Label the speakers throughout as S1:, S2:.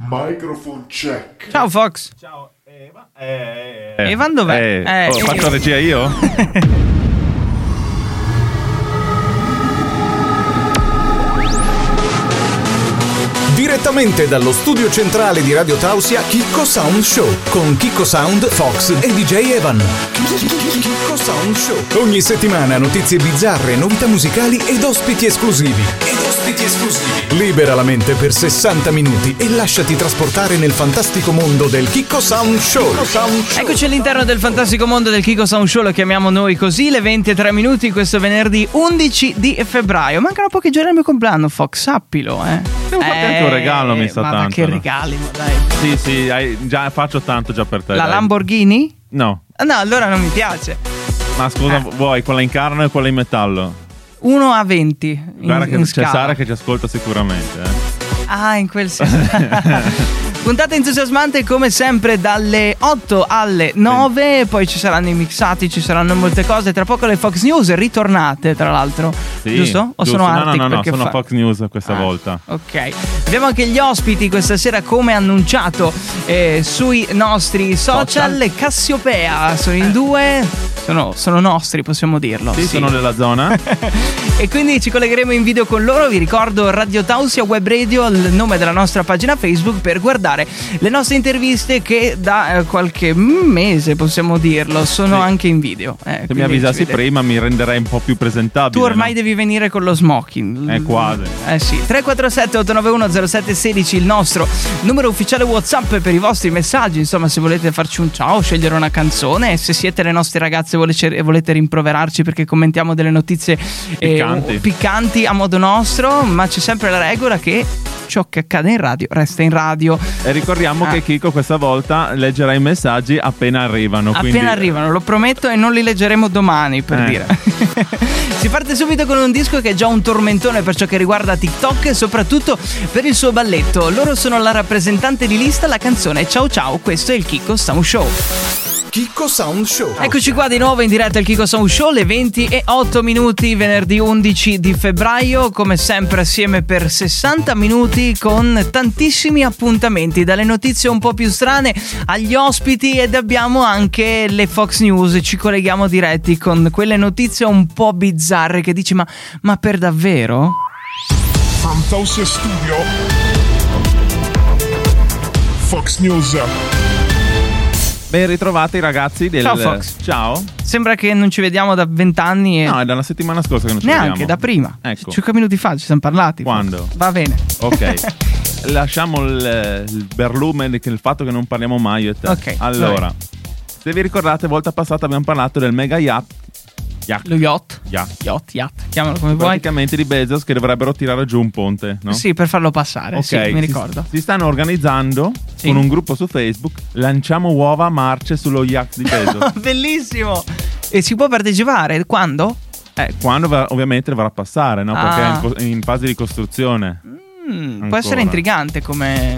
S1: Microphone check.
S2: Ciao Fox.
S3: Ciao Eva. Eh,
S2: Eh, Evan dov'è?
S3: eh,
S2: Eh,
S3: ho fatto la regia io?
S4: Direttamente dallo studio centrale di Radio Tausia, Chicco Sound Show con Chicco Sound, Fox e DJ Evan. Chicco Sound Show. Ogni settimana notizie bizzarre, novità musicali ed ospiti esclusivi. Ed ospiti esclusivi. Libera la mente per 60 minuti e lasciati trasportare nel fantastico mondo del Chicco Sound Show.
S2: Eccoci all'interno del fantastico mondo del Kiko Sound Show, lo chiamiamo noi così, le 23 minuti questo venerdì 11 di febbraio. Mancano pochi giorni al mio compleanno, Fox, sappilo, eh. Devo
S3: farti anche un regalo, mi sta
S2: ma va
S3: tanto,
S2: che
S3: no?
S2: regali, ma dai.
S3: Sì, sì, hai- già, faccio tanto già per te.
S2: La
S3: dai.
S2: Lamborghini?
S3: No,
S2: Ah, No, allora non mi piace.
S3: ma scusa,
S2: Eh.
S3: vuoi quella in carne o quella in metallo?
S2: 1 a 20 in,
S3: Guarda che
S2: in
S3: c'è
S2: scala.
S3: Sara che ci ascolta sicuramente. eh.
S2: Ah, in quel senso. Puntata entusiasmante come sempre dalle 8 alle 9, poi ci saranno i mixati, ci saranno molte cose, tra poco le Fox News ritornate tra l'altro,
S3: Sì,
S2: giusto? O sono
S3: No,
S2: Arctic
S3: no, no, no,
S2: perché
S3: sono
S2: fa-
S3: Fox News questa
S2: Ah,
S3: volta.
S2: Ok, abbiamo anche gli ospiti questa sera come annunciato eh, sui nostri social, Cassiopea sono in due, sono, sono nostri possiamo dirlo.
S3: Eh. Sì, sono della zona.
S2: E quindi ci collegheremo in video con loro. Vi ricordo Radio Tausia Web Radio, il nome della nostra pagina Facebook, per guardare le nostre interviste che da eh, qualche mese, possiamo dirlo, sono anche in video. Eh,
S3: Se
S2: quindi
S3: mi avvisassi
S2: ci vedete.
S3: prima mi renderei un po' più presentabile.
S2: Tu ormai
S3: no?
S2: devi venire con lo smoking.
S3: Eh, quasi.
S2: Eh sì, 347-891-0716 il nostro numero ufficiale Whatsapp per i vostri messaggi, insomma se volete farci un ciao, scegliere una canzone, se siete le nostre ragazze e volece- e volete rimproverarci perché commentiamo delle notizie eh,
S3: Piccanti.
S2: o- piccanti a modo nostro, ma c'è sempre la regola che ciò che accade in radio resta in radio.
S3: E ricordiamo
S2: Ah.
S3: che Kiko questa volta leggerà i messaggi appena arrivano. quindi-
S2: Appena arrivano, lo prometto e non li leggeremo domani per
S3: Eh.
S2: dire. si parte subito con un disco che è già un tormentone per ciò che riguarda TikTok e soprattutto per il suo balletto. Loro sono la rappresentante di lista, la canzone Ciao Ciao, questo è il Kiko Sound Show.
S4: Chicco Sound Show.
S2: Eccoci qua di nuovo in diretta al Kiko Sound Show, le 20 e 8 minuti, venerdì 11 di febbraio, come sempre assieme per 60 minuti con tantissimi appuntamenti, dalle notizie un po' più strane agli ospiti ed abbiamo anche le Fox News, ci colleghiamo diretti con quelle notizie un po' bizzarre che dici ma, ma per davvero?
S1: Fantausia Studio. Fox News.
S3: Ben ritrovati ragazzi del...
S2: Ciao, Fox.
S3: Ciao.
S2: Sembra che non ci vediamo da vent'anni e
S3: No, è dalla settimana scorsa che non ci
S2: neanche
S3: vediamo.
S2: da prima,
S3: Ecco.
S2: 5 minuti fa ci siamo parlati.
S3: Quando?
S2: Va bene.
S3: Ok. Lasciamo il, il berlume, del- il fatto che non parliamo mai io e te.
S2: Ok,
S3: Allora,
S2: vai.
S3: se vi ricordate, volta passata abbiamo parlato del mega yacht. Yacht.
S2: Lo yacht.
S3: yacht.
S2: Yacht, yacht, chiamalo come vuoi.
S3: Praticamente di Bezos che dovrebbero tirare giù un ponte, no?
S2: Sì, per farlo passare, sì, mi
S3: si-
S2: ricordo.
S3: Si, stanno organizzando
S2: Sì.
S3: con un gruppo su Facebook. Lanciamo uova marce sullo yacht di Bezos.
S2: Bellissimo! E si può partecipare? Quando?
S3: eh, quando va- ovviamente dovrà passare, no? Perché
S2: Ah.
S3: è in co- è in, fase di costruzione.
S2: Mm, può
S3: Ancora.
S2: essere intrigante come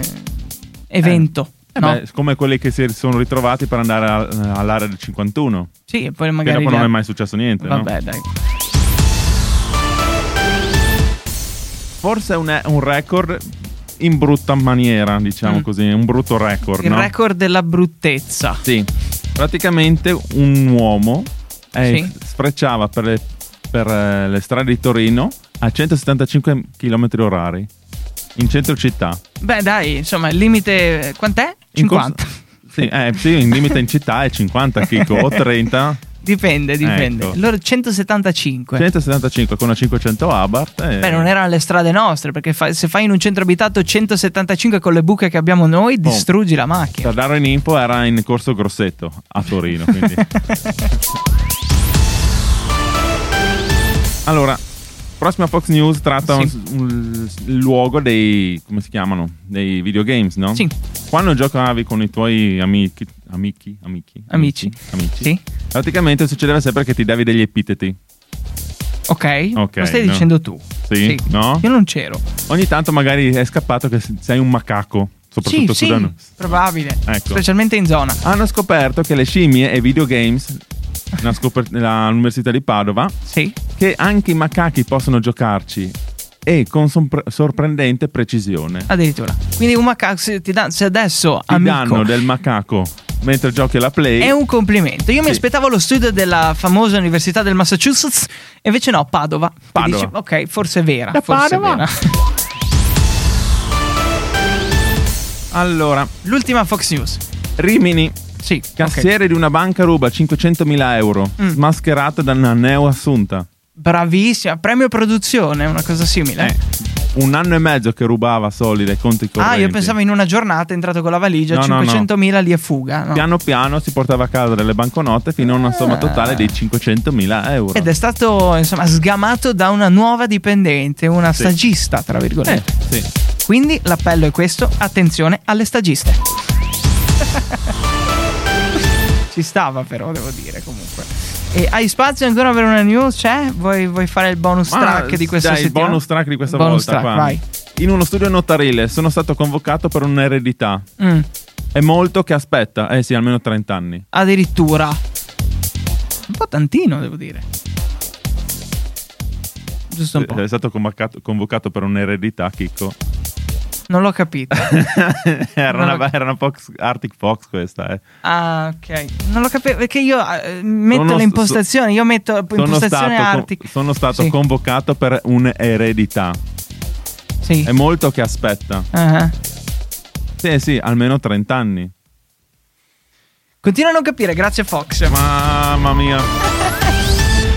S2: evento,
S3: Eh
S2: no?
S3: beh, come quelli che si sono ritrovati per andare a- all'area del 51.
S2: sì, e poi
S3: Che
S2: magari...
S3: dopo non
S2: via-
S3: è mai successo niente, no?
S2: Vabbè, dai.
S3: Forse è un, è un record in brutta maniera, diciamo
S2: Mm.
S3: così, un brutto record,
S2: Il
S3: no?
S2: record della bruttezza.
S3: Sì. Praticamente un uomo eh,
S2: Sì.
S3: sfrecciava per le, per, eh, le strade di Torino a 175 km orari in centro città.
S2: Beh, dai, insomma, il limite... eh, Quant'è?
S3: In corso-
S2: 50.
S3: Sì, eh, sì, in limite in città è 50 Kiko, o 30,
S2: Dipende, dipende.
S3: Ecco.
S2: Loro 175.
S3: 175 con una 500 Abarth. eh,
S2: Beh, non erano le strade nostre, perché fa- se fai in un centro abitato 175 con le buche che abbiamo noi, distruggi la macchina.
S3: Per dare un info era in corso Grosseto a Torino. Quindi. allora, prossima Fox News tratta
S2: Sì.
S3: un- un- il luogo dei. come si chiamano? Dei videogames, no?
S2: Sì.
S3: Quando giocavi con i tuoi amici. Amici? Amici?
S2: Amici.
S3: amici,
S2: Sì.
S3: Praticamente succedeva sempre che ti davi degli epiteti.
S2: Ok?
S3: Ok,
S2: Lo stai
S3: no.
S2: dicendo tu.
S3: Sì, no?
S2: Io non c'ero.
S3: Ogni tanto magari è scappato che sei un macaco.
S2: Sì,
S3: Soprattutto su
S2: sì,
S3: da noi.
S2: probabile.
S3: Ecco.
S2: Specialmente in zona.
S3: hanno scoperto che le scimmie e i videogames, l'ha scoper- l'università di Padova,
S2: Sì.
S3: che anche i macachi possono giocarci e con sompre- sorprendente precisione.
S2: Addirittura. Quindi un macaco se, ti dà- se adesso
S3: Ti
S2: amico
S3: danno del macaco mentre giochi alla play.
S2: è un complimento. Io mi
S3: Sì.
S2: aspettavo lo studio della famosa Università del Massachusetts, e invece no, Padova. E
S3: Padova.
S2: dici, ok, forse è vera,
S3: Da
S2: forse è
S3: Padova.
S2: vera.
S3: Allora,
S2: L'ultima Fox News.
S3: Rimini,
S2: Sì, ok. Mm.
S3: cassiere di una banca ruba 500.000 euro, mascherata da una neoassunta.
S2: Bravissima, premio produzione, una cosa simile.
S3: Eh, un anno e mezzo che rubava solide conti
S2: ah,
S3: correnti.
S2: io pensavo in una giornata è entrato con la valigia,
S3: No, no, no.
S2: 500.000 lì e fuga. no?
S3: Piano piano si portava a casa delle banconote fino a una somma totale di 500.000 euro.
S2: Ah. Ed è stato insomma sgamato da una nuova dipendente, una stagista, tra
S3: Eh,
S2: virgolette.
S3: sì.
S2: Quindi l'appello è questo: attenzione alle stagiste. Ci stava, però, devo dire comunque. E hai spazio ancora per una news? C'è? Vuoi, vuoi fare il bonus
S3: Ma
S2: track di questa
S3: dai, il
S2: settimana?
S3: bonus track di questa
S2: Bonus
S3: volta.
S2: track,
S3: qua.
S2: vai.
S3: In uno studio notarile sono stato convocato per un'eredità.
S2: Mm,
S3: È molto che aspetta. Eh sì, almeno 30 anni.
S2: addirittura. Un po' tantino, devo dire. Giusto un po'.
S3: Eh, È stato convocato, convocato per un'eredità, Chicco.
S2: Non l'ho capito.
S3: era,
S2: Non
S3: una,
S2: lo-
S3: era una Fox, Arctic Fox questa, eh.
S2: Ah, ok. Non lo capivo perché io eh, metto
S3: Sono-
S2: le impostazioni. Io metto
S3: Sono stato,
S2: impostazione
S3: con-
S2: Arctic.
S3: sono stato
S2: Sì,
S3: convocato per un'eredità.
S2: sì.
S3: È molto che aspetta.
S2: Ah.
S3: Sì, sì, almeno 30 anni.
S2: Continua a non capire, grazie Fox. Ma...
S3: Mamma mia.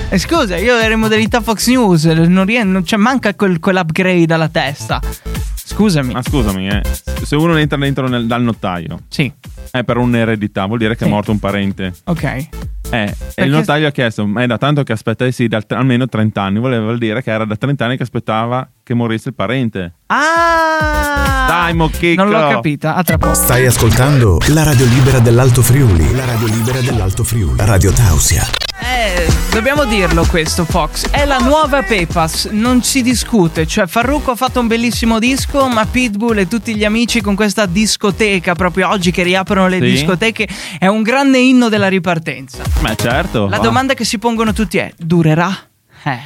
S2: Eh, scusa, io ero in modalità Fox News, non rie- non- cioè, manca quel, quell'upgrade alla testa. Scusami.
S3: Ma scusami, eh. Se uno entra dentro nel- dal notaio,
S2: Sì,
S3: è Eh, per un'eredità, vuol dire
S2: Sì.
S3: che è morto un parente.
S2: ok.
S3: Eh, e
S2: Perché-
S3: il notaio ha chiesto, ma è da tanto che aspetta, eh sì, da t- almeno 30 anni, voleva dire che era da 30 anni che aspettava che morisse il parente.
S2: Ah!
S3: Dai, mo chicco!
S2: Non l'ho capita, a tra poco.
S4: Stai ascoltando la radio libera dell'Alto Friuli. La radio libera dell'Alto Friuli. Radio Tausia.
S2: Eh, dobbiamo dirlo questo, Fox. È la nuova Pepas, non si discute. Cioè, Farruko ha fatto un bellissimo disco, ma Pitbull e tutti gli amici con questa discoteca proprio oggi che riaprono le
S3: Sì.
S2: discoteche è un grande inno della ripartenza.
S3: Ma certo.
S2: La
S3: va.
S2: domanda che si pongono tutti è: durerà? Eh.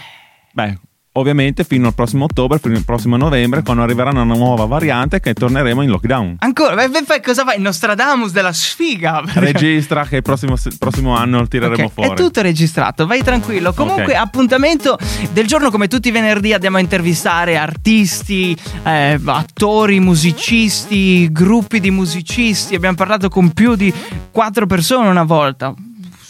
S3: Beh, ovviamente fino al prossimo ottobre, fino al prossimo novembre, quando arriverà una nuova variante che torneremo in lockdown.
S2: Ancora, beh, beh, fai- cosa fai? Il Nostradamus della sfiga.
S3: Registra che il prossimo, se- prossimo anno lo tireremo
S2: Ok,
S3: fuori.
S2: È tutto registrato, vai tranquillo. Comunque,
S3: Ok.
S2: appuntamento del giorno, come tutti i venerdì, andiamo a intervistare artisti, eh, attori, musicisti, gruppi di musicisti. Abbiamo parlato con più di quattro persone una volta.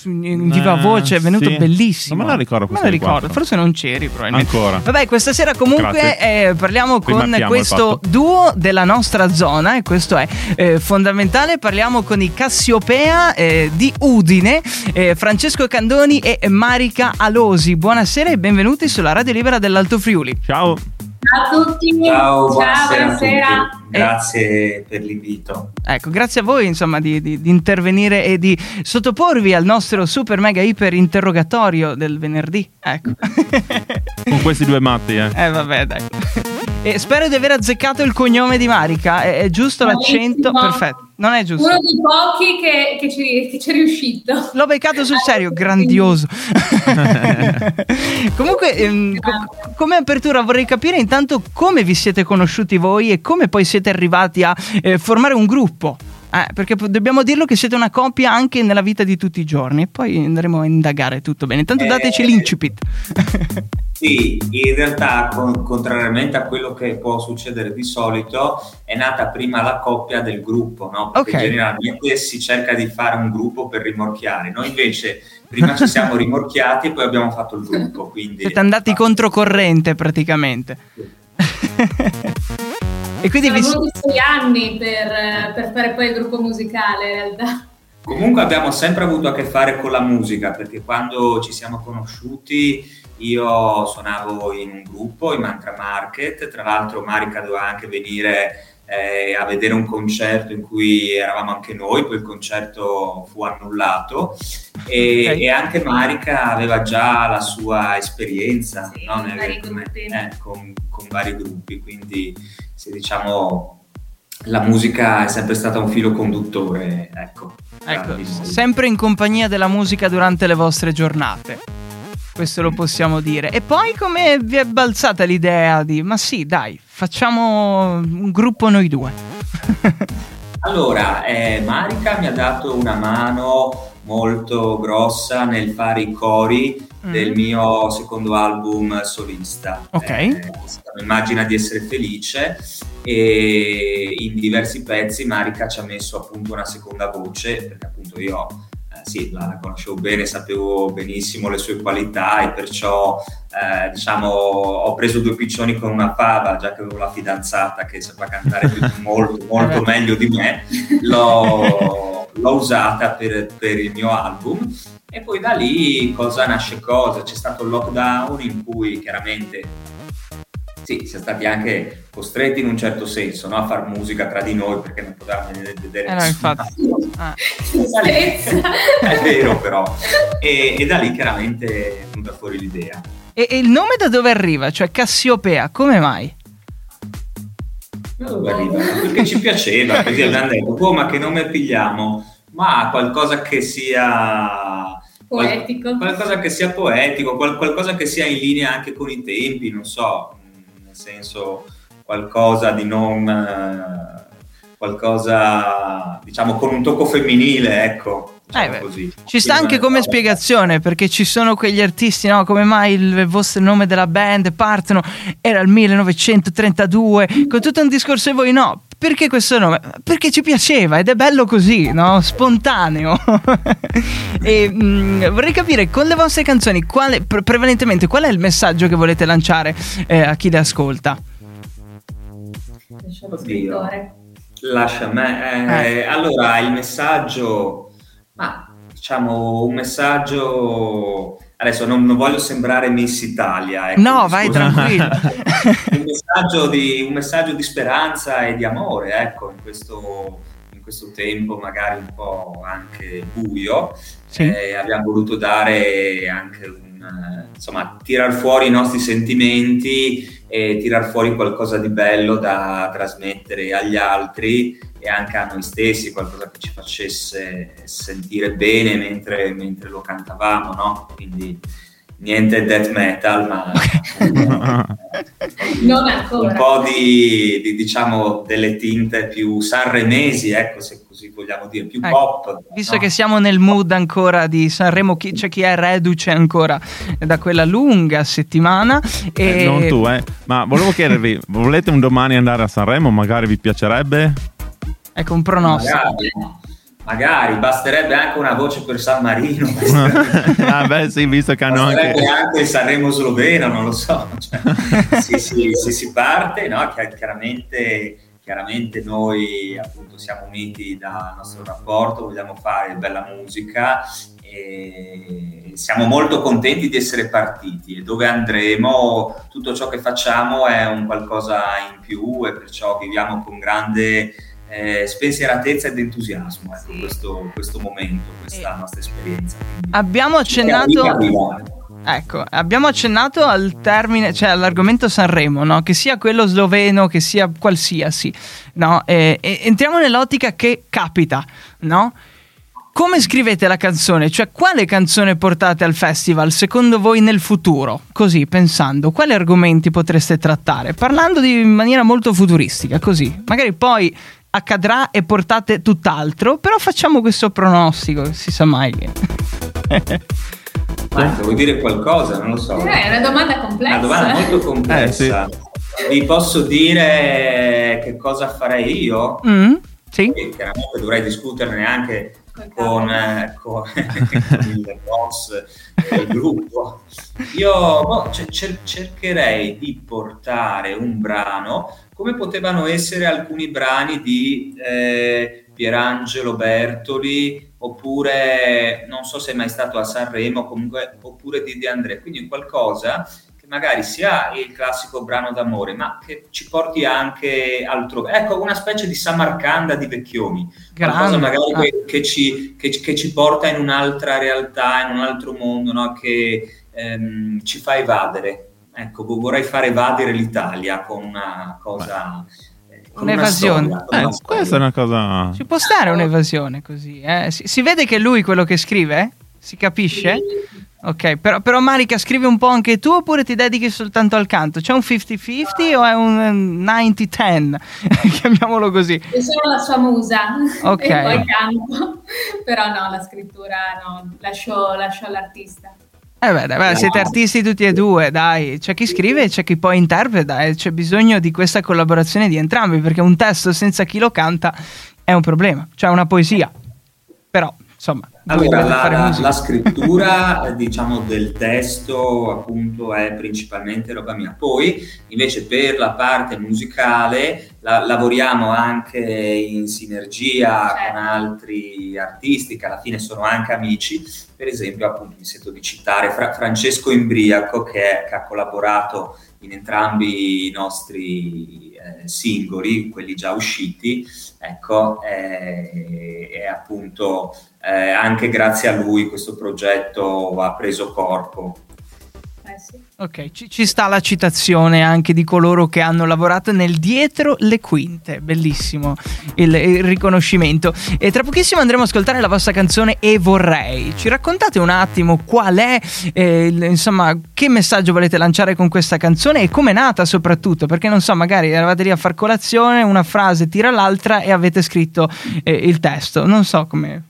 S2: In viva
S3: Eh,
S2: voce è venuto
S3: sì.
S2: bellissimo.
S3: Non me la ricordo
S2: Me
S3: questa
S2: la
S3: di
S2: ricordo,
S3: quattro.
S2: forse non c'eri probabilmente.
S3: Ancora.
S2: Vabbè, questa sera comunque
S3: Grazie.
S2: eh, parliamo con
S3: Rimarchiamo il
S2: questo
S3: fatto.
S2: duo della nostra zona e questo è eh, fondamentale. Parliamo con i Cassiopea eh, di Udine, eh, Francesco Candoni e Marica Alosi. Buonasera e benvenuti sulla Radio Libera dell'Alto Friuli.
S3: Ciao.
S5: Ciao a tutti,
S6: Ciao, buonasera, a
S5: buonasera.
S6: tutti. Grazie per l'invito.
S2: Ecco, grazie a voi insomma di, di- di intervenire e di sottoporvi al nostro super mega iper interrogatorio del venerdì. Ecco.
S3: Con questi due matti, eh.
S2: eh vabbè dai. E spero di aver azzeccato il cognome di Marica, è, è giusto l'accento?
S5: Bravissimo.
S2: Perfetto, non è giusto.
S5: Uno dei pochi che, che ci, che ci è riuscito.
S2: L'ho beccato sul serio, grandioso. Comunque, ehm, co- come apertura vorrei capire intanto come vi siete conosciuti voi e come poi siete arrivati a eh, formare un gruppo. Eh, perché po- dobbiamo dirlo che siete una coppia anche nella vita di tutti i giorni. E poi andremo a indagare tutto bene. Intanto
S6: Eh.
S2: dateci l'incipit.
S6: Sì, in realtà, con- contrariamente a quello che può succedere di solito, è nata prima la coppia del gruppo, no? Perché
S2: Ok.
S6: generalmente si cerca di fare un gruppo per rimorchiare. Noi invece prima ci siamo rimorchiati e poi abbiamo fatto il gruppo. Quindi
S2: siete andati controcorrente praticamente. e quindi
S5: Sono
S2: vi si-
S5: voluti sei anni per, per fare poi il gruppo musicale, in realtà.
S6: Comunque abbiamo sempre avuto a che fare con la musica, perché quando ci siamo conosciuti io suonavo in un gruppo, in Mantra Market, tra l'altro Marica doveva anche venire eh, a vedere un concerto in cui eravamo anche noi, poi il concerto fu annullato e,
S2: Ok.
S6: e anche Marica aveva già la sua esperienza
S5: Sì,
S6: no,
S5: con vari gruppi.
S6: eh, con- con vari gruppi, quindi se diciamo la musica è sempre stata un filo conduttore, ecco.
S2: Ecco,
S6: Grandissimo.
S2: sempre in compagnia della musica durante le vostre giornate. questo lo possiamo dire. E poi come vi è balzata l'idea di, ma sì, dai, facciamo un gruppo noi due.
S6: Allora, eh, Marica mi ha dato una mano molto grossa nel fare i cori
S2: Mm.
S6: del mio secondo album solista.
S2: Ok.
S6: Eh, si chiama Immagina di essere felice e in diversi pezzi Marica ci ha messo appunto una seconda voce perché appunto io eh, sì, la la conoscevo bene, sapevo benissimo le sue qualità e perciò eh, diciamo ho preso due piccioni con una fava già che avevo la fidanzata che sapeva cantare più-
S2: Eh
S6: molto, molto meglio di me l'ho, l'ho usata per, per il mio album e poi da lì cosa nasce cosa? C'è stato il lockdown in cui chiaramente sì, siamo stati anche costretti in un certo senso no, a far musica tra di noi perché non potevamo vedere vedere
S2: Eh no,
S6: nessuno.
S2: Ah.
S5: Tristezza.
S6: È vero però. E, e da lì chiaramente è venuta fuori l'idea.
S2: E, e il nome da dove arriva? Cioè Cassiopea, come mai?
S6: Da dove arriva? Perché ci piaceva, così abbiamo detto, "Oh, ma che nome pigliamo? Ma qualcosa che sia qual-
S5: Poetico.
S6: qualcosa che sia poetico, qual- qualcosa che sia in linea anche con i tempi, non so, mh, nel senso qualcosa di non eh, qualcosa diciamo con un tocco femminile, ecco, diciamo
S2: Eh beh,
S6: così.
S2: Ci sta anche come spiegazione, perché ci sono quegli artisti, no? Come mai il vostro nome della band partono? Era il 1932, con tutto un discorso e voi no. Perché questo nome? Perché ci piaceva ed è bello così, no? Spontaneo. e mh, vorrei capire con le vostre canzoni, quale- pre- prevalentemente, qual è il messaggio che volete lanciare eh, a chi le ascolta?
S5: Lascia lo scrittore.
S6: Lascia a me. eh, Allora, il messaggio, ma diciamo un messaggio. Adesso non, non voglio sembrare Miss Italia. ecco,
S2: No, vai
S6: scusa.
S2: tranquillo.
S6: un, messaggio di, un messaggio di speranza e di amore, ecco, in questo, in questo tempo magari un po' anche buio.
S2: Sì.
S6: Eh, abbiamo voluto dare anche un eh, insomma, tirar fuori i nostri sentimenti e tirar fuori qualcosa di bello da trasmettere agli altri e anche a noi stessi, qualcosa che ci facesse sentire bene mentre, mentre lo cantavamo, no? Quindi niente death metal, ma
S5: Non
S6: un
S5: ancora.
S6: po' di, di, diciamo delle tinte più sanremesi, ecco, se così vogliamo dire, più
S2: Ecco,
S6: pop.
S2: Visto
S6: no?
S2: che siamo nel mood ancora di Sanremo, chi- c'è chi è reduce ancora da quella lunga settimana. E...
S3: Eh, non tu, eh. Ma volevo chiedervi, volete un domani andare a Sanremo? Magari vi piacerebbe?
S2: Ecco un pronostico.
S6: Magari, magari, basterebbe anche una voce per San Marino.
S3: ah, beh, sì, visto che hanno anche...
S6: Basterebbe anche il Sanremo sloveno, non lo so. Cioè, sì, sì, se si parte, no? Chi- chiaramente, chiaramente noi appunto siamo uniti dal nostro rapporto, vogliamo fare bella musica e siamo molto contenti di essere partiti e dove andremo tutto ciò che facciamo è un qualcosa in più e perciò viviamo con grande eh, spensieratezza ed entusiasmo ecco,
S5: Sì.
S6: questo, questo momento, questa nostra esperienza. Quindi,
S2: Abbiamo
S6: cerchiamo di
S2: accennato,
S6: capire.
S2: ecco, abbiamo accennato al termine, cioè all'argomento Sanremo, no? che sia quello sloveno, che sia qualsiasi. No? E- e- entriamo nell'ottica che capita. No? Come scrivete la canzone? Cioè, quale canzone portate al festival secondo voi nel futuro? Così, pensando, quali argomenti potreste trattare? Parlando di, in maniera molto futuristica, così. Magari poi accadrà e portate tutt'altro, però facciamo questo pronostico, si sa mai.
S6: Marco, vuoi dire qualcosa? Non lo so.
S5: Eh, è una domanda complessa.
S6: Una domanda molto complessa. Vi posso dire che cosa farei io?
S2: Mm? Sì?
S6: E chiaramente dovrei discuterne anche
S5: Col capo.
S6: con, eh, con- con il boss del gruppo. Io boh, ce- cer- cercherei di portare un brano come potevano essere alcuni brani di eh, Pierangelo Bertoli oppure non so se è mai stato a Sanremo comunque oppure di De André quindi qualcosa che magari sia il classico brano d'amore ma che ci porti anche altrove ecco una specie di Samarcanda di Vecchioni qualcosa magari
S2: Ah.
S6: che, che ci, che, che ci porta in un'altra realtà, in un altro mondo, no? che ehm, ci fa evadere. Ecco, vo- vorrei far evadere l'Italia con una cosa... eh, con una
S2: Un'evasione.
S6: storia, con
S3: Eh,
S6: una
S3: questa è
S6: storia.
S3: una cosa...
S2: Ci può stare un'evasione così, eh? Si, si vede che è lui quello che scrive? Si capisce? Ok, però, però Marica scrivi un po' anche tu oppure ti dedichi soltanto al canto? C'è un 50-50 o è un eh, 90-10? Chiamiamolo così.
S5: Io sono la sua musa
S2: Ok.
S5: e poi canto, però no, la scrittura no, lascio, lascio all'artista.
S2: Eh beh, dai, beh, siete artisti tutti e due, dai. C'è chi scrive e c'è chi poi interpreta e c'è bisogno di questa collaborazione di entrambi perché un testo senza chi lo canta è un problema, cioè è una poesia. Però, insomma, voi
S6: Allora,
S2: dovete
S6: la,
S2: fare
S6: la-
S2: musica.
S6: la scrittura eh, diciamo del testo appunto è principalmente roba mia. Poi invece per la parte musicale la- lavoriamo anche in sinergia
S5: Certo.
S6: con altri artisti che alla fine sono anche amici. Per esempio, appunto, mi sento di citare Fra- Francesco Imbriaco che, che ha collaborato in entrambi i nostri eh, singoli, quelli già usciti, ecco, eh, e appunto eh, anche grazie a lui questo progetto ha preso corpo.
S5: Eh sì.
S2: Ok, ci, ci sta la citazione anche di coloro che hanno lavorato nel dietro le quinte, bellissimo il, il riconoscimento. E tra pochissimo andremo ad ascoltare la vostra canzone E vorrei. Ci raccontate un attimo qual è, eh, il- insomma, che messaggio volete lanciare con questa canzone e come è nata soprattutto? Perché non so, magari eravate lì a far colazione, una frase tira l'altra e avete scritto eh, il testo. Non so come...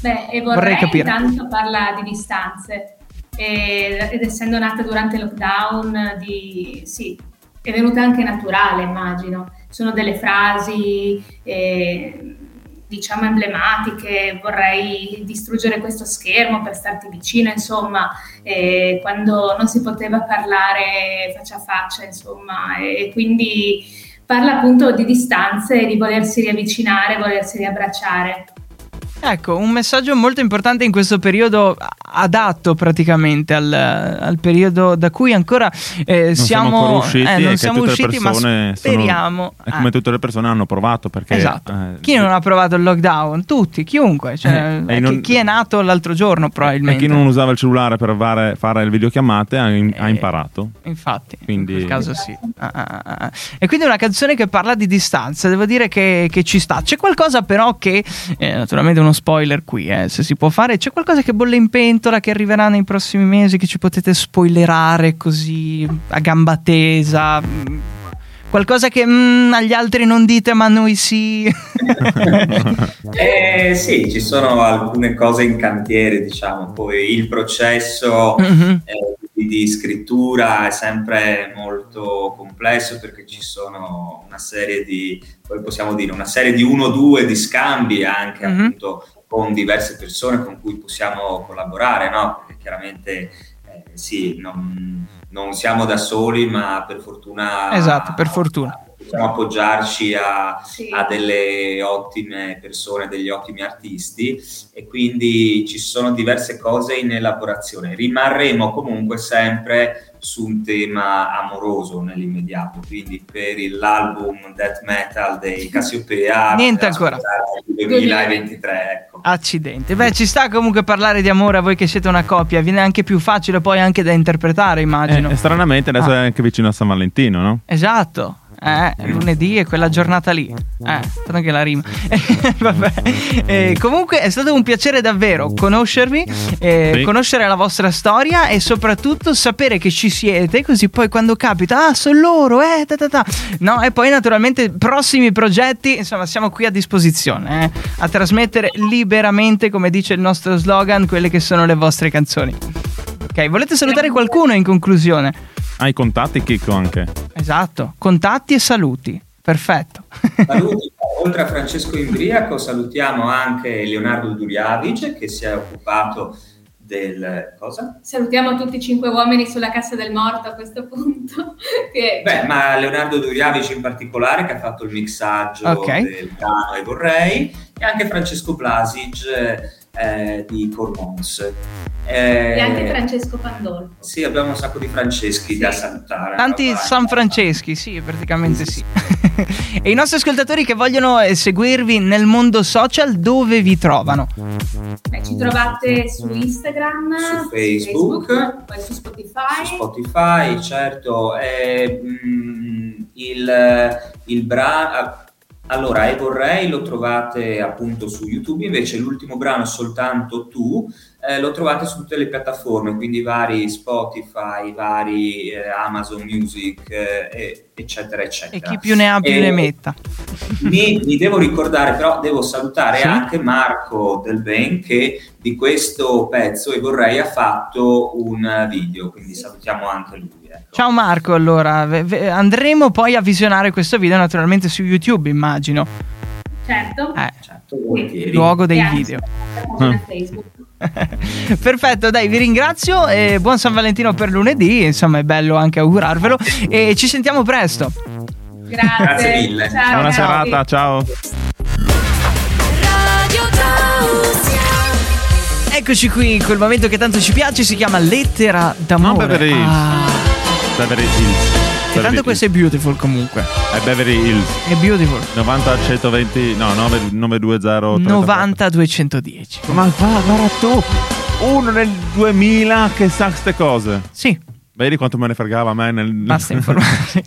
S5: Beh,
S2: Vorrei
S5: e vorrei,
S2: capire.
S5: intanto parla di distanze E- ed essendo nata durante il lockdown di, sì, è venuta anche naturale immagino. Sono delle frasi eh, diciamo emblematiche, vorrei distruggere questo schermo per starti vicino, insomma, eh, quando non si poteva parlare faccia a faccia, insomma, e, e quindi parla appunto di distanze, di volersi riavvicinare, volersi riabbracciare.
S2: Ecco, un messaggio molto importante in questo periodo a- adatto praticamente al, al periodo da cui ancora eh,
S3: siamo,
S2: siamo,
S3: ancora usciti
S2: eh,
S3: e
S2: non
S3: che
S2: siamo
S3: tutte
S2: usciti,
S3: le
S2: ma
S3: persone sono-
S2: speriamo.
S3: è come
S2: Ah,
S3: tutte le persone hanno provato perché
S2: esatto.
S3: eh,
S2: chi non ha provato il lockdown? Tutti, chiunque. Cioè,
S3: Eh, e
S2: chi-
S3: non-
S2: Chi è nato l'altro giorno,
S3: e
S2: probabilmente.
S3: chi non usava il cellulare per fare, fare le videochiamate ha, in- ha
S2: Eh,
S3: imparato.
S2: Infatti,
S3: Quindi-
S2: in quel caso sì. Ah, ah, ah, ah. E quindi è una canzone che parla di distanza, devo dire che, che ci sta. C'è qualcosa però che, eh, naturalmente uno spoiler qui, eh, se si può fare, c'è qualcosa che bolle in pentola, che arriverà nei prossimi mesi, che ci potete spoilerare così a gamba tesa. Mm. Qualcosa che mm, agli altri non dite, ma a noi sì.
S6: Eh, sì, ci sono alcune cose in cantiere, diciamo, poi il processo
S2: Mhm.
S6: eh, di, di scrittura è sempre molto complesso perché ci sono una serie di, come possiamo dire, una serie di uno o due di scambi anche
S2: Mhm.
S6: appunto con diverse persone con cui possiamo collaborare, no? Perché chiaramente eh, sì, non, non siamo da soli, ma per fortuna
S2: Esatto, per fortuna.
S6: possiamo appoggiarci a,
S5: Sì.
S6: ha delle ottime persone, degli ottimi artisti e quindi ci sono diverse cose in elaborazione. Rimarremo comunque sempre su un tema amoroso nell'immediato, quindi per l'album Death Metal dei Cassiopeia
S2: Niente
S6: da
S2: ancora.
S6: aspettare il 2023, ecco.
S2: Accidenti. Beh, ci sta comunque parlare di amore a voi che siete una coppia, viene anche più facile poi anche da interpretare, immagino.
S3: Eh, e stranamente adesso
S2: Ah.
S3: è anche vicino a San Valentino, no?
S2: Esatto. Eh, lunedì è quella giornata lì. Eh, tanto che la rima. Vabbè. Eh, comunque è stato un piacere davvero conoscervi, eh,
S3: Sì.
S2: conoscere la vostra storia e soprattutto sapere che ci siete, così poi quando capita, ah, sono loro, eh, ta ta ta. No, e poi naturalmente prossimi progetti, insomma, siamo qui a disposizione, eh, a trasmettere liberamente, come dice il nostro slogan, quelle che sono le vostre canzoni. Ok, volete salutare qualcuno in conclusione?
S3: Hai contatti, Chicco, anche.
S2: Esatto, contatti e saluti. Perfetto.
S6: Saluti, oltre a Francesco Imbriaco, salutiamo anche Leonardo Duriavice che si è occupato del cosa?
S5: Salutiamo tutti i cinque uomini sulla cassa del morto a questo punto. Che
S6: Beh, ma Leonardo Duriavici in particolare che ha fatto il mixaggio
S2: Ok.
S6: del brano E vorrei e anche Francesco Blasic eh, di Cormons. Eh,
S5: e anche Francesco Pandolfo.
S6: Sì, abbiamo un sacco di Franceschi da salutare.
S2: Tanti
S6: Allora,
S2: San Franceschi, sì, praticamente sì. e i nostri ascoltatori che vogliono eh, seguirvi nel mondo social, dove vi trovano?
S5: Beh, ci trovate su Instagram,
S6: Su Facebook,
S5: poi su Spotify.
S6: Su Spotify, certo. eh, mm, il, il brano... Allora, E vorrei lo trovate appunto su YouTube, invece l'ultimo brano Soltanto tu eh, eh, lo trovate su tutte le piattaforme, quindi vari Spotify, vari eh, Amazon Music, eh, e- eccetera,
S2: E
S6: eccetera.
S2: chi più ne ha più
S6: E-
S2: ne metta.
S6: mi, mi devo ricordare, però devo salutare
S2: Sì.
S6: anche Marco Del Ben che di questo pezzo e vorrei ha fatto un video, quindi salutiamo anche lui. ecco.
S2: Ciao Marco, allora ve- ve- andremo poi a visionare questo video naturalmente su YouTube, immagino.
S5: certo.
S2: Eh,
S6: Certo, volentieri. Mm.
S2: luogo
S5: E
S2: dei
S5: anche
S2: video.
S5: sulla pagina Facebook.
S2: Perfetto, dai, vi ringrazio e buon San Valentino per lunedì, insomma è bello anche augurarvelo e ci sentiamo presto.
S5: Grazie.
S6: Grazie mille.
S2: Ah,
S5: Ciao,
S3: Buona
S5: ragazzi.
S3: serata, ciao.
S7: Radio Tausia.
S2: Eccoci qui, quel momento che tanto ci piace si chiama Lettera d'amore.
S3: No, Beverly Hills.
S2: Ah,
S3: Beverly Hills.
S2: che tanto questo è beautiful comunque.
S3: è Beverly Hills.
S2: È beautiful.
S3: 90 120 no 9 920
S2: 90 210.
S3: Ma va, guarda tu. Uno nel 2000 che sa queste cose.
S2: Sì,
S3: Vedi quanto me ne fregava a me nel
S2: basta informarsi.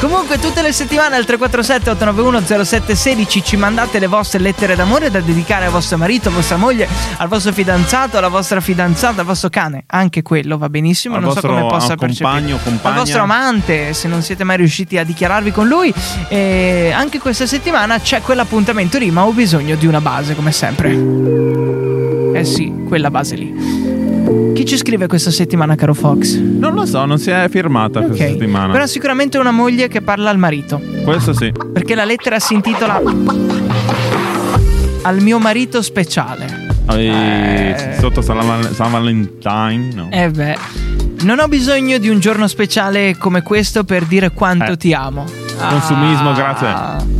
S2: Comunque tutte le settimane al 347 891 0716 ci mandate le vostre lettere d'amore da dedicare a vostro marito, a vostra moglie, al vostro fidanzato, alla vostra fidanzata, al vostro cane, anche quello va benissimo,
S3: Al
S2: non so
S3: vostro-
S2: come
S3: a un
S2: possa
S3: compagno,
S2: percepire. Al
S3: compagna.
S2: vostro amante, se non siete mai riusciti a dichiararvi con lui, e anche questa settimana c'è quell'appuntamento lì, ma ho bisogno di una base come sempre. Eh sì, quella base lì. Chi ci scrive questa settimana, caro Fox?
S3: Non lo so, non si è firmata
S2: Ok,
S3: questa settimana.
S2: Però sicuramente una moglie che parla al marito.
S3: Questo sì.
S2: Perché la lettera si intitola Al mio marito speciale.
S3: E-
S2: Eh.
S3: Sotto San, Val- San Valentine, no.
S2: Eh beh. Non ho bisogno di un giorno speciale come questo per dire quanto
S3: Eh.
S2: ti amo.
S3: Consumismo,
S2: grazie.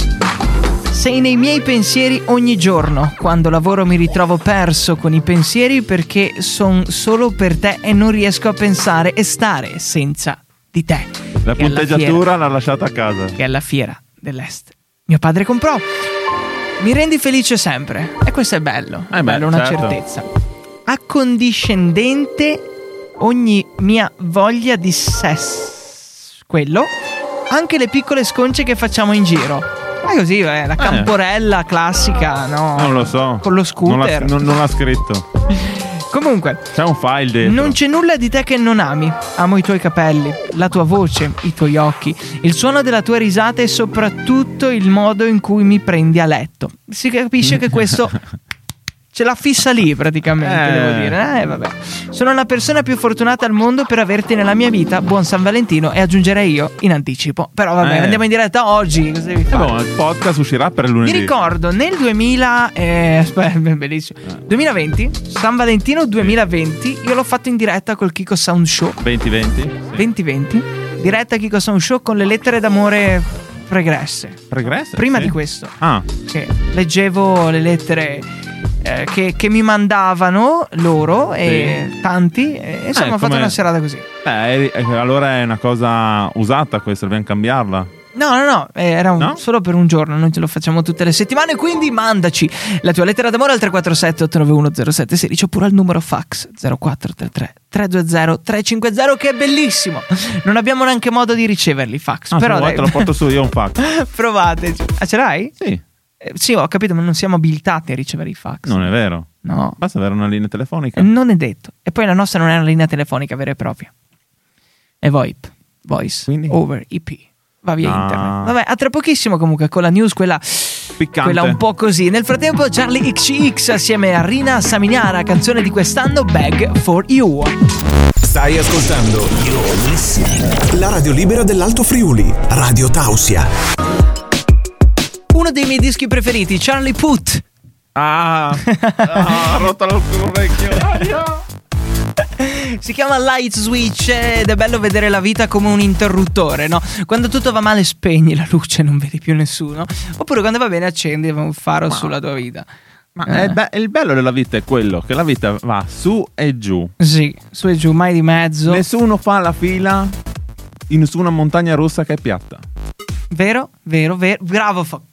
S2: Sei nei miei pensieri ogni giorno. Quando lavoro mi ritrovo perso con i pensieri perché son solo per te e non riesco a pensare e stare senza di te.
S3: La
S2: Che alla fiera-
S3: punteggiatura l'ha lasciata a casa.
S2: che è alla fiera dell'est. Mio padre comprò. Mi rendi felice sempre. E questo è bello. È
S3: beh,
S2: bello, una
S3: certo.
S2: certezza. Accondiscendente ogni mia voglia di sesso. Quello. Anche le piccole sconce che facciamo in giro. Ma così, eh, la camporella classica, no?
S3: Non lo so.
S2: Con lo
S3: Non l'ha,
S2: scooter.
S3: non- non l'ha scritto.
S2: Comunque,
S3: C'è un file dentro.
S2: non c'è nulla di te che non ami. Amo i tuoi capelli, la tua voce, i tuoi occhi, il suono della tua risata e soprattutto il modo in cui mi prendi a letto. Si capisce che questo ce l'ha fissa lì praticamente,
S3: Eh.
S2: devo dire. Eh, vabbè. Sono la persona più fortunata al mondo per averti nella mia vita. Buon San Valentino e aggiungerei io in anticipo. Però vabbè,
S3: Eh.
S2: andiamo in diretta oggi. Cosa devi
S3: Eh,
S2: fare?
S3: boh, il podcast uscirà per lunedì.
S2: Mi ricordo nel 2000, eh, aspetta, è bellissimo.
S3: Eh.
S2: 2020, San Valentino 2020, io l'ho fatto in diretta col Kiko Sound Show
S3: 2020? Sì.
S2: 2020, diretta Kiko Sound Show con le lettere d'amore pregresse.
S3: Pregressa?
S2: Prima
S3: Sì.
S2: di questo,
S3: Ah,
S2: sì, leggevo le lettere eh, che, che mi mandavano loro e tanti, e, insomma
S3: Eh,
S2: ho fatto
S3: come-
S2: una serata così.
S3: beh, eh, allora è una cosa usata questa, dobbiamo cambiarla. Ah,
S2: No, no, no, eh, era un-
S3: No?
S2: solo per un giorno, noi ce lo facciamo tutte le settimane, quindi mandaci la tua lettera d'amore al 347-891-0716 oppure al numero fax 0433-320-350 che è bellissimo, non abbiamo neanche modo di riceverli i fax,
S3: Ah,
S2: però
S3: se vuoi
S2: dai,
S3: te lo porto su io un fax.
S2: provateci. Ah, ce l'hai?
S3: Sì,
S2: Eh, sì, ho capito, ma non siamo abilitati a ricevere i fax.
S3: non è vero.
S2: No,
S3: Basta avere una linea telefonica.
S2: eh, non è detto. E poi la nostra non è una linea telefonica vera e propria, è VoIP, Voice
S3: Quindi?
S2: Over IP. Va via
S3: Ah.
S2: internet. Vabbè, a tra pochissimo comunque con la news, quella
S3: Piccante.
S2: quella un po' così. Nel frattempo, Charlie XCX assieme a Rina Saminiara, canzone di quest'anno, Bag for You.
S4: Stai ascoltando la radio libera dell'Alto Friuli, Radio Tausia.
S2: Uno dei miei dischi preferiti, Charlie Puth.
S3: Ah, ah, rotta l'orecchio.
S2: Si chiama Light Switch ed è bello vedere la vita come un interruttore, no? Quando tutto va male spegni la luce e non vedi più nessuno. Oppure quando va bene accendi un faro sulla tua vita.
S3: Ma è be- il bello della vita è quello che la vita va su e giù.
S2: Sì, su e giù, mai di mezzo.
S3: Nessuno fa la fila in- su una montagna rossa che è piatta.
S2: vero, vero, vero. Bravo, Fo-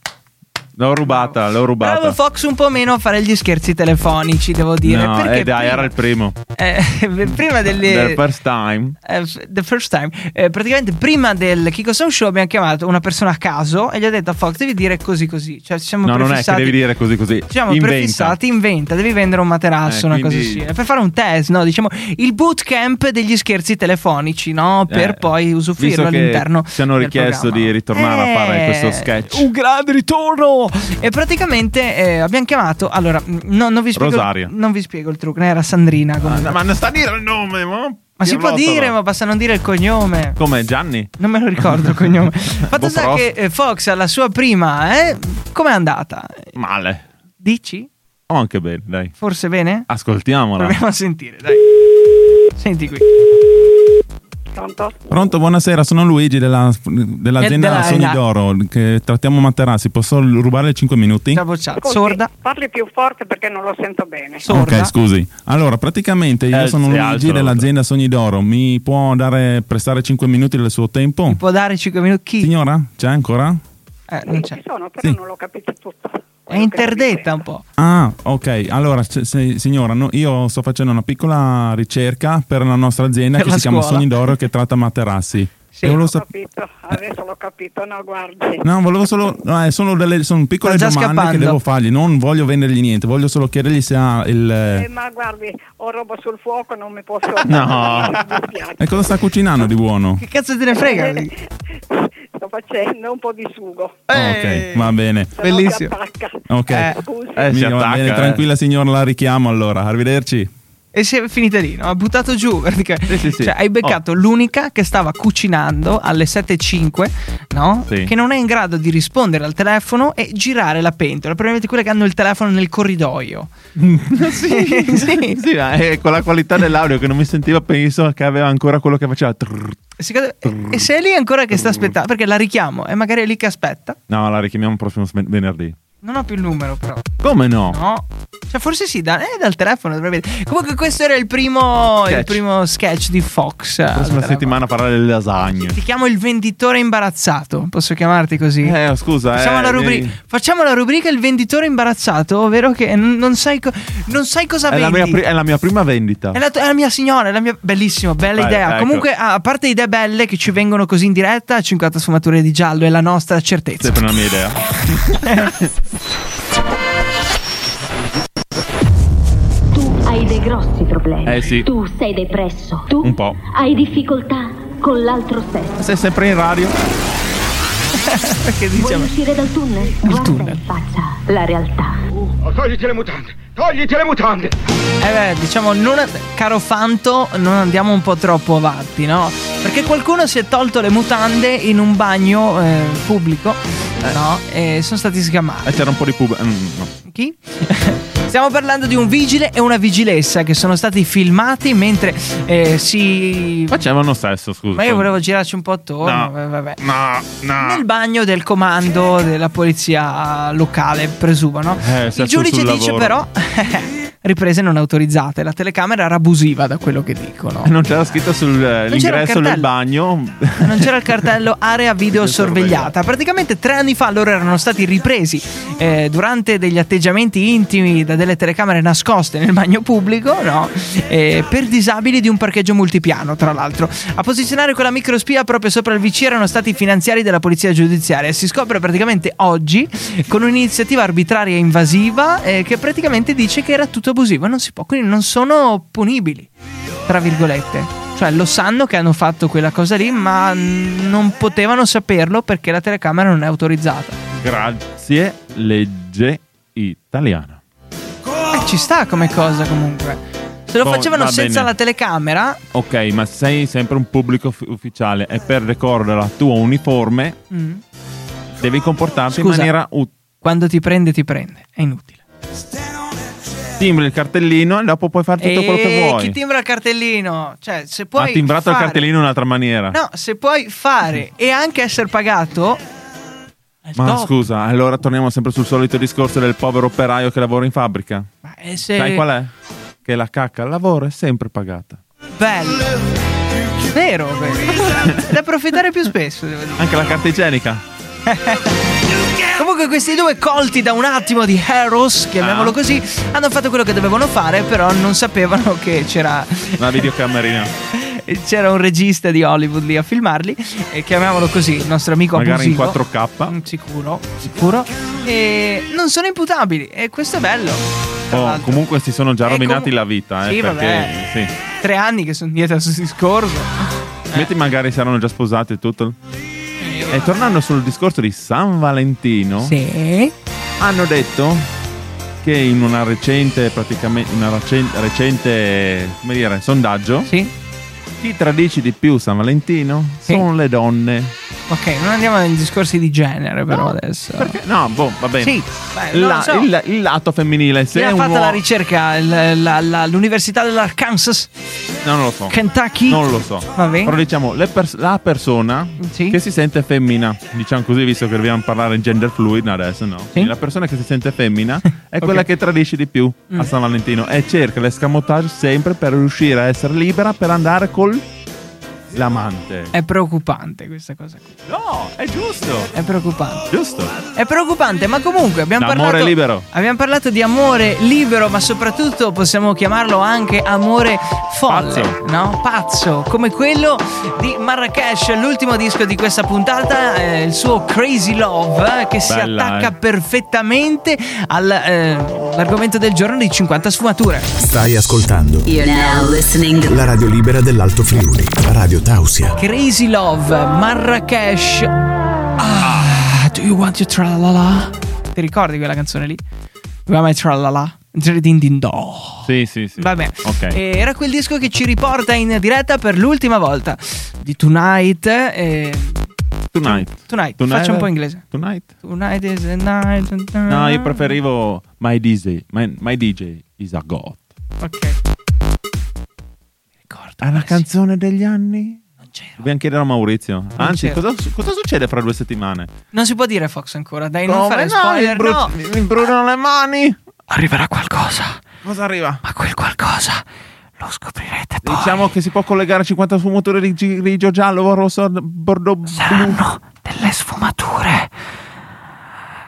S3: L'ho rubata, l'ho rubata.
S2: Bravo Fox un po' meno a fare gli scherzi telefonici, devo dire.
S3: No,
S2: perché
S3: eh, dai,
S2: prima-
S3: era il primo.
S2: eh, prima delle...
S3: Del first time.
S2: Eh, f- The First Time. Eh, praticamente prima del Kiko Sound Show abbiamo chiamato una persona a caso e gli ho detto a Fox devi dire così così. Cioè ci siamo
S3: No, non è che
S2: prefissati.
S3: devi dire così così.
S2: Ci siamo
S3: Inventa.
S2: prefissati, inventa, devi vendere un materasso,
S3: Eh,
S2: una
S3: quindi-
S2: cosa simile. Per fare un test, no? Diciamo il bootcamp degli scherzi telefonici, no? Per
S3: Eh,
S2: poi usufruirlo
S3: visto che
S2: all'interno.
S3: ci hanno
S2: del
S3: richiesto
S2: programma. Eh,
S3: di ritornare a fare questo sketch.
S2: Un grande ritorno! E praticamente eh, abbiamo chiamato. Allora, mh, no, non vi spiego.
S3: Rosaria.
S2: Non vi spiego il trucco, ne era Sandrina. comunque.
S3: Ah, Ma non sta a dire il nome, ma.
S2: Ma si può dire, ma basta non dire il cognome.
S3: Come Gianni?
S2: Non me lo ricordo il cognome. Fatto
S3: Boh,
S2: sta
S3: prof.
S2: che eh, Fox alla sua prima, eh, com'è andata?
S3: Male.
S2: Dici?
S3: O anche bene, dai.
S2: Forse bene?
S3: Ascoltiamola.
S2: Proviamo a sentire, dai. Senti qui.
S8: Pronto?
S9: Pronto, buonasera, sono Luigi della- dell'azienda
S2: Eh, della-
S9: Sogni d'Oro, che trattiamo materassi. Posso rubare 5 minuti?
S2: Ciao bocciato.
S8: Ascolti,
S2: Sorda.
S8: Parli più forte perché non lo sento bene.
S2: Sorda.
S9: Ok, scusi. Allora, praticamente io
S3: Eh,
S9: sono
S3: sì,
S9: Luigi
S3: altro,
S9: dell'azienda Sogni d'Oro. Mi può dare, prestare 5 minuti del suo tempo?
S2: Mi può dare 5 minuti? Chi?
S9: Signora, c'è ancora?
S2: Eh, non c'è.
S8: Ci sono, però
S9: Sì.
S8: non l'ho capito tutto.
S2: È interdetta un po'.
S9: Ah, ok. Allora, se- se- signora, no- io sto facendo una piccola ricerca per la nostra azienda
S2: Per
S9: che
S2: la
S9: si chiama
S2: scuola.
S9: Sogni d'Oro che tratta materassi.
S2: Sì,
S9: E volevo
S8: L'ho
S9: sap-
S8: capito, adesso l'ho capito, no guardi.
S9: No, volevo solo. no, eh, sono, delle, sono piccole
S2: Sta già
S9: domande che
S2: scappando.
S9: devo fargli. Non voglio vendergli niente, voglio solo chiedergli se ha il.
S8: Eh, ma guardi, ho roba sul fuoco, non mi posso...
S3: No.
S8: Mi dispiace.
S9: E cosa sta cucinando di buono?
S2: Che cazzo te ne frega?
S8: Sto facendo un po' di sugo.
S2: Eh.
S9: Ah, Ok, va bene.
S8: se no
S2: Bellissimo.
S8: Si attacca.
S9: Ok.
S2: Eh,
S8: Scusi.
S3: eh, si
S9: Mi- va
S3: attacca,
S9: bene,
S3: eh.
S9: tranquilla signora, la richiamo allora. Arrivederci.
S2: E si è finita lì, no? Ha buttato giù. praticamente.
S3: Sì, sì, sì. Oh.
S2: Cioè, hai beccato l'unica che stava cucinando alle 7.05, no?
S3: Sì.
S2: Che non è in grado di rispondere al telefono e girare la pentola. Probabilmente quelle che hanno il telefono nel corridoio. sì, sì.
S3: Sì, ma eh, con la qualità dell'audio che non mi sentiva, penso che aveva ancora quello che faceva. trrr.
S2: Secondo- E e se è lì ancora che sta aspettando? Perché la richiamo e magari è lì che aspetta.
S3: No, la richiamiamo il prossimo sven- venerdì.
S2: Non ho più il numero, però.
S3: Come no?
S2: No. Cioè, forse sì, da- eh, dal telefono dovrebbe. Comunque, questo era il primo il
S3: Sketch.
S2: primo sketch di Fox.
S3: La prossima
S2: Al telefono.
S3: settimana parla delle lasagne.
S2: Ti chiamo il venditore imbarazzato. Posso chiamarti così?
S3: Eh, scusa,
S2: Facciamo,
S3: eh,
S2: la
S3: devi-
S2: rubrica, facciamo la rubrica il venditore imbarazzato, ovvero che n- non sai, co- non sai cosa
S3: È la,
S2: vendi.
S3: mia pri- è la mia prima vendita.
S2: È la, tu- è la mia signora, è la mia. Bellissimo, bella
S3: Vai,
S2: idea.
S3: ecco.
S2: Comunque, ah, a a parte idee belle che ci vengono così in diretta, 50 sfumature di giallo è la nostra certezza.
S3: Sempre una mia idea.
S10: Tu hai dei grossi problemi.
S3: Eh, sì.
S10: Tu sei depresso. Tu
S3: Un po'.
S10: hai difficoltà con l'altro sesso.
S3: Sei sempre in radio?
S2: Perché
S10: Vuoi
S2: diciamo.
S10: uscire dal tunnel? Guarda
S2: tunnel.
S10: in faccia la realtà.
S2: Eh beh, diciamo, non a- caro Fanto, non andiamo un po' troppo avanti, no? Perché qualcuno si è tolto le mutande in un bagno eh, pubblico, no? E sono stati sgamati.
S3: Eh, c'era un po' di pub. mm, no.
S2: Chi? Stiamo parlando di un vigile e una vigilessa che sono stati filmati mentre eh, si.
S3: Facevano sesso, scusa.
S2: Ma io volevo girarci un po' attorno. eh, Vabbè.
S3: No, no.
S2: Nel bagno del comando della polizia locale, presumo, no?
S3: Eh,
S2: Il
S3: sesso
S2: giudice
S3: sul
S2: dice
S3: lavoro.
S2: però riprese non autorizzate, la telecamera era abusiva da quello che dicono.
S3: Non c'era scritto
S2: c'era il
S3: sull'ingresso
S2: cartello.
S3: del bagno.
S2: Non c'era il cartello area video sorvegliata. Praticamente tre anni fa loro erano stati ripresi eh, durante degli atteggiamenti intimi da delle telecamere nascoste nel bagno pubblico, no? Eh, per disabili di un parcheggio multipiano, tra l'altro. A posizionare quella microspia proprio sopra il VC erano stati i finanziari della polizia giudiziaria. Si scopre praticamente oggi con un'iniziativa arbitraria invasiva eh, che praticamente dice che era tutto abusivo e non si può, quindi non sono punibili tra virgolette. Cioè lo sanno che hanno fatto quella cosa lì, ma mm, non potevano saperlo perché la telecamera non è autorizzata.
S3: Grazie, legge italiana.
S2: Eh, ci sta come cosa comunque. Se lo
S3: Boh,
S2: facevano
S3: va
S2: senza
S3: bene.
S2: la telecamera,
S3: Ok, ma sei sempre un pubblico uf- ufficiale e per decorrere la tua uniforme
S2: mm,
S3: devi comportarti
S2: Scusa.
S3: in maniera utile.
S2: quando ti prende ti prende, è inutile.
S3: Timbri il cartellino e dopo puoi fare tutto quello che
S2: E
S3: vuoi.
S2: Eh, chi timbra il cartellino? Cioè, se puoi
S3: Ha timbrato il
S2: fare-
S3: cartellino in un'altra maniera.
S2: No, se puoi fare e anche essere pagato è il
S3: Ma
S2: top.
S3: scusa, allora torniamo sempre sul solito discorso del povero operaio che lavora in fabbrica.
S2: Ma eh, se-
S3: Sai qual è? Che la cacca al lavoro è sempre pagata.
S2: Bello. Vero, bello. da approfittare più spesso, devo dire.
S3: Anche la carta igienica.
S2: Comunque questi due colti da un attimo di Heroes,
S3: Ah.
S2: chiamiamolo così, hanno fatto quello che dovevano fare, però non sapevano che c'era,
S3: Una videocamerina.
S2: c'era un regista di Hollywood lì a filmarli, e chiamiamolo così, il nostro amico
S3: Magari in
S2: abusivo. Mm,
S3: 4K.
S2: Sicuro, sicuro. E non sono imputabili, e questo è bello. Tra
S3: Oh,
S2: l'altro.
S3: comunque si sono già
S2: E
S3: rovinati
S2: comu-
S3: la vita. Eh,
S2: Sì,
S3: perché,
S2: vabbè.
S3: sì.
S2: Tre anni che sono dietro a questo discorso.
S3: Metti magari si erano già sposati e tutto. E tornando sul discorso di San Valentino,
S2: Sì.
S3: hanno detto che in una recente, praticamente, una recen- recente, come dire, sondaggio,
S2: Sì.
S3: chi tradisce di più San Valentino sono le donne.
S2: Ok, non andiamo in discorsi di genere però adesso.
S3: Perché? No, boh, va bene.
S2: Sì, beh, non
S3: La-
S2: lo so.
S3: il, il lato femminile,
S2: Chi
S3: se
S2: ha
S3: un
S2: fatto
S3: uomo-
S2: la ricerca? Il- la- la- l'università dell'Arkansas?
S3: No, non lo so.
S2: Kentucky?
S3: Non lo so.
S2: Va bene.
S3: Però diciamo le pers- la persona
S2: Sì.
S3: che si sente femmina, diciamo così, visto che dobbiamo parlare in gender fluid adesso, no? Quindi La persona che si sente femmina è quella che tradisce di più
S2: Mm.
S3: a San Valentino e cerca l'escamotage sempre per riuscire a essere libera per andare col l'amante.
S2: È preoccupante questa cosa qui.
S3: No, è giusto.
S2: È preoccupante.
S3: Giusto.
S2: È preoccupante, ma comunque abbiamo
S3: D'amore
S2: parlato.
S3: libero.
S2: Abbiamo parlato di amore libero, ma soprattutto possiamo chiamarlo anche amore folle,
S3: Pazzo.
S2: no? Pazzo, come quello di Marrakesh, l'ultimo disco di questa puntata, eh, il suo Crazy Love, eh, che si
S3: Bella,
S2: attacca
S3: eh.
S2: perfettamente all'argomento del giorno di 50 sfumature.
S4: Stai ascoltando
S7: You're now listening.
S4: la radio libera dell'Alto Friuli, Radio Tausia.
S2: Crazy Love, Marrakesh. Ah, do you want your tralala? Ti ricordi quella canzone lì? Dove mai tralala? Din din do.
S3: Sì, sì, sì.
S2: Va bene.
S3: Ok.
S2: Eh, era quel disco che ci riporta in diretta per l'ultima volta di Tonight. eh,
S3: Tonight.
S2: tonight. Faccia un po' inglese. Mm.
S3: Tonight.
S2: Tonight is a night.
S3: No, io preferivo My DJ. My, my DJ is a god.
S2: Ok. Mi ricordo.
S3: È una
S2: sì,
S3: canzone degli anni?
S2: non c'era.
S3: Dobbiamo chiedere a Maurizio. Anzi,
S2: c'era.
S3: cosa, cosa succede fra due settimane?
S2: Non si può dire Fox ancora. Dai, non
S3: Come
S2: fare
S3: no,
S2: spoiler.
S3: mi bru-
S2: no.
S3: mi bruciano le mani.
S2: Arriverà qualcosa.
S3: Cosa arriva?
S2: Ma quel qualcosa lo scoprirete poi.
S3: Diciamo che si può collegare 50 sfumature di gi- grigio, giallo, rosso, bordo blu.
S2: saranno delle sfumature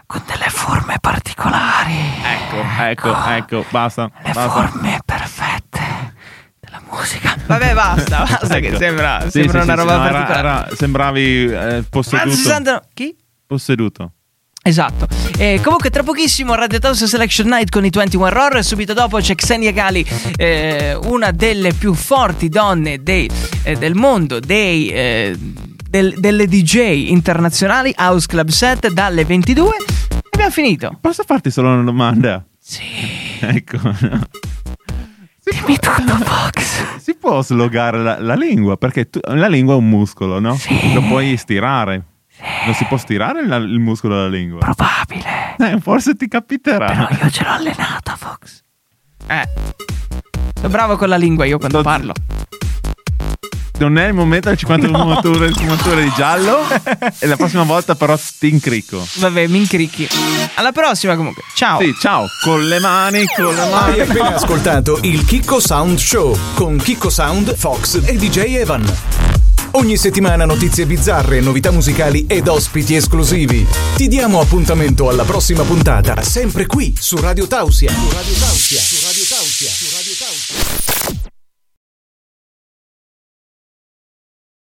S2: con delle forme particolari,
S3: Ecco, ecco, ecco, basta.
S2: Ah. le
S3: basta.
S2: forme perfette della musica. Vabbè, basta, basta che
S3: Ecco.
S2: sembra,
S3: Sì,
S2: sembra
S3: sì,
S2: una
S3: sì,
S2: roba
S3: no, era-
S2: particolare.
S3: era- sembravi eh, posseduto.
S2: Anzi, 69 chi?
S3: Posseduto.
S2: Esatto. E comunque tra pochissimo Radio Toast Selection Night con i 21 Roar. Subito dopo c'è Xenia Gali, eh, una delle più forti donne dei- eh, del mondo, dei, eh, del- delle DJ internazionali, House Club 7 dalle 22. Abbiamo finito.
S3: Posso farti solo una domanda?
S2: Sì.
S3: Ecco. no.
S2: Dimmi tutto, Fox.
S3: Si può slogare la, la lingua, perché tu- la lingua è un muscolo, no? Lo puoi stirare. Non si può stirare la- il muscolo della lingua.
S2: Probabile.
S3: Eh, forse ti capiterà.
S2: Io ce l'ho allenata, Fox. Eh. Sono bravo con la lingua io quando
S3: Non-
S2: parlo.
S3: Non è il momento del 50 sfumature, sfumature di giallo. e la prossima volta però ti incricco.
S2: Vabbè, mi incricchi. Alla prossima comunque. Ciao.
S3: Sì, ciao. Con le mani, con le mani.
S4: Hai appena ascoltato il Kiko Sound Show con Kiko Sound, Fox e DJ Evan. Ogni settimana notizie bizzarre, novità musicali ed ospiti esclusivi. Ti diamo appuntamento alla prossima puntata, sempre qui su Radio Tausia. Su Radio Tausia. Su Radio Tausia. Su Radio Tausia.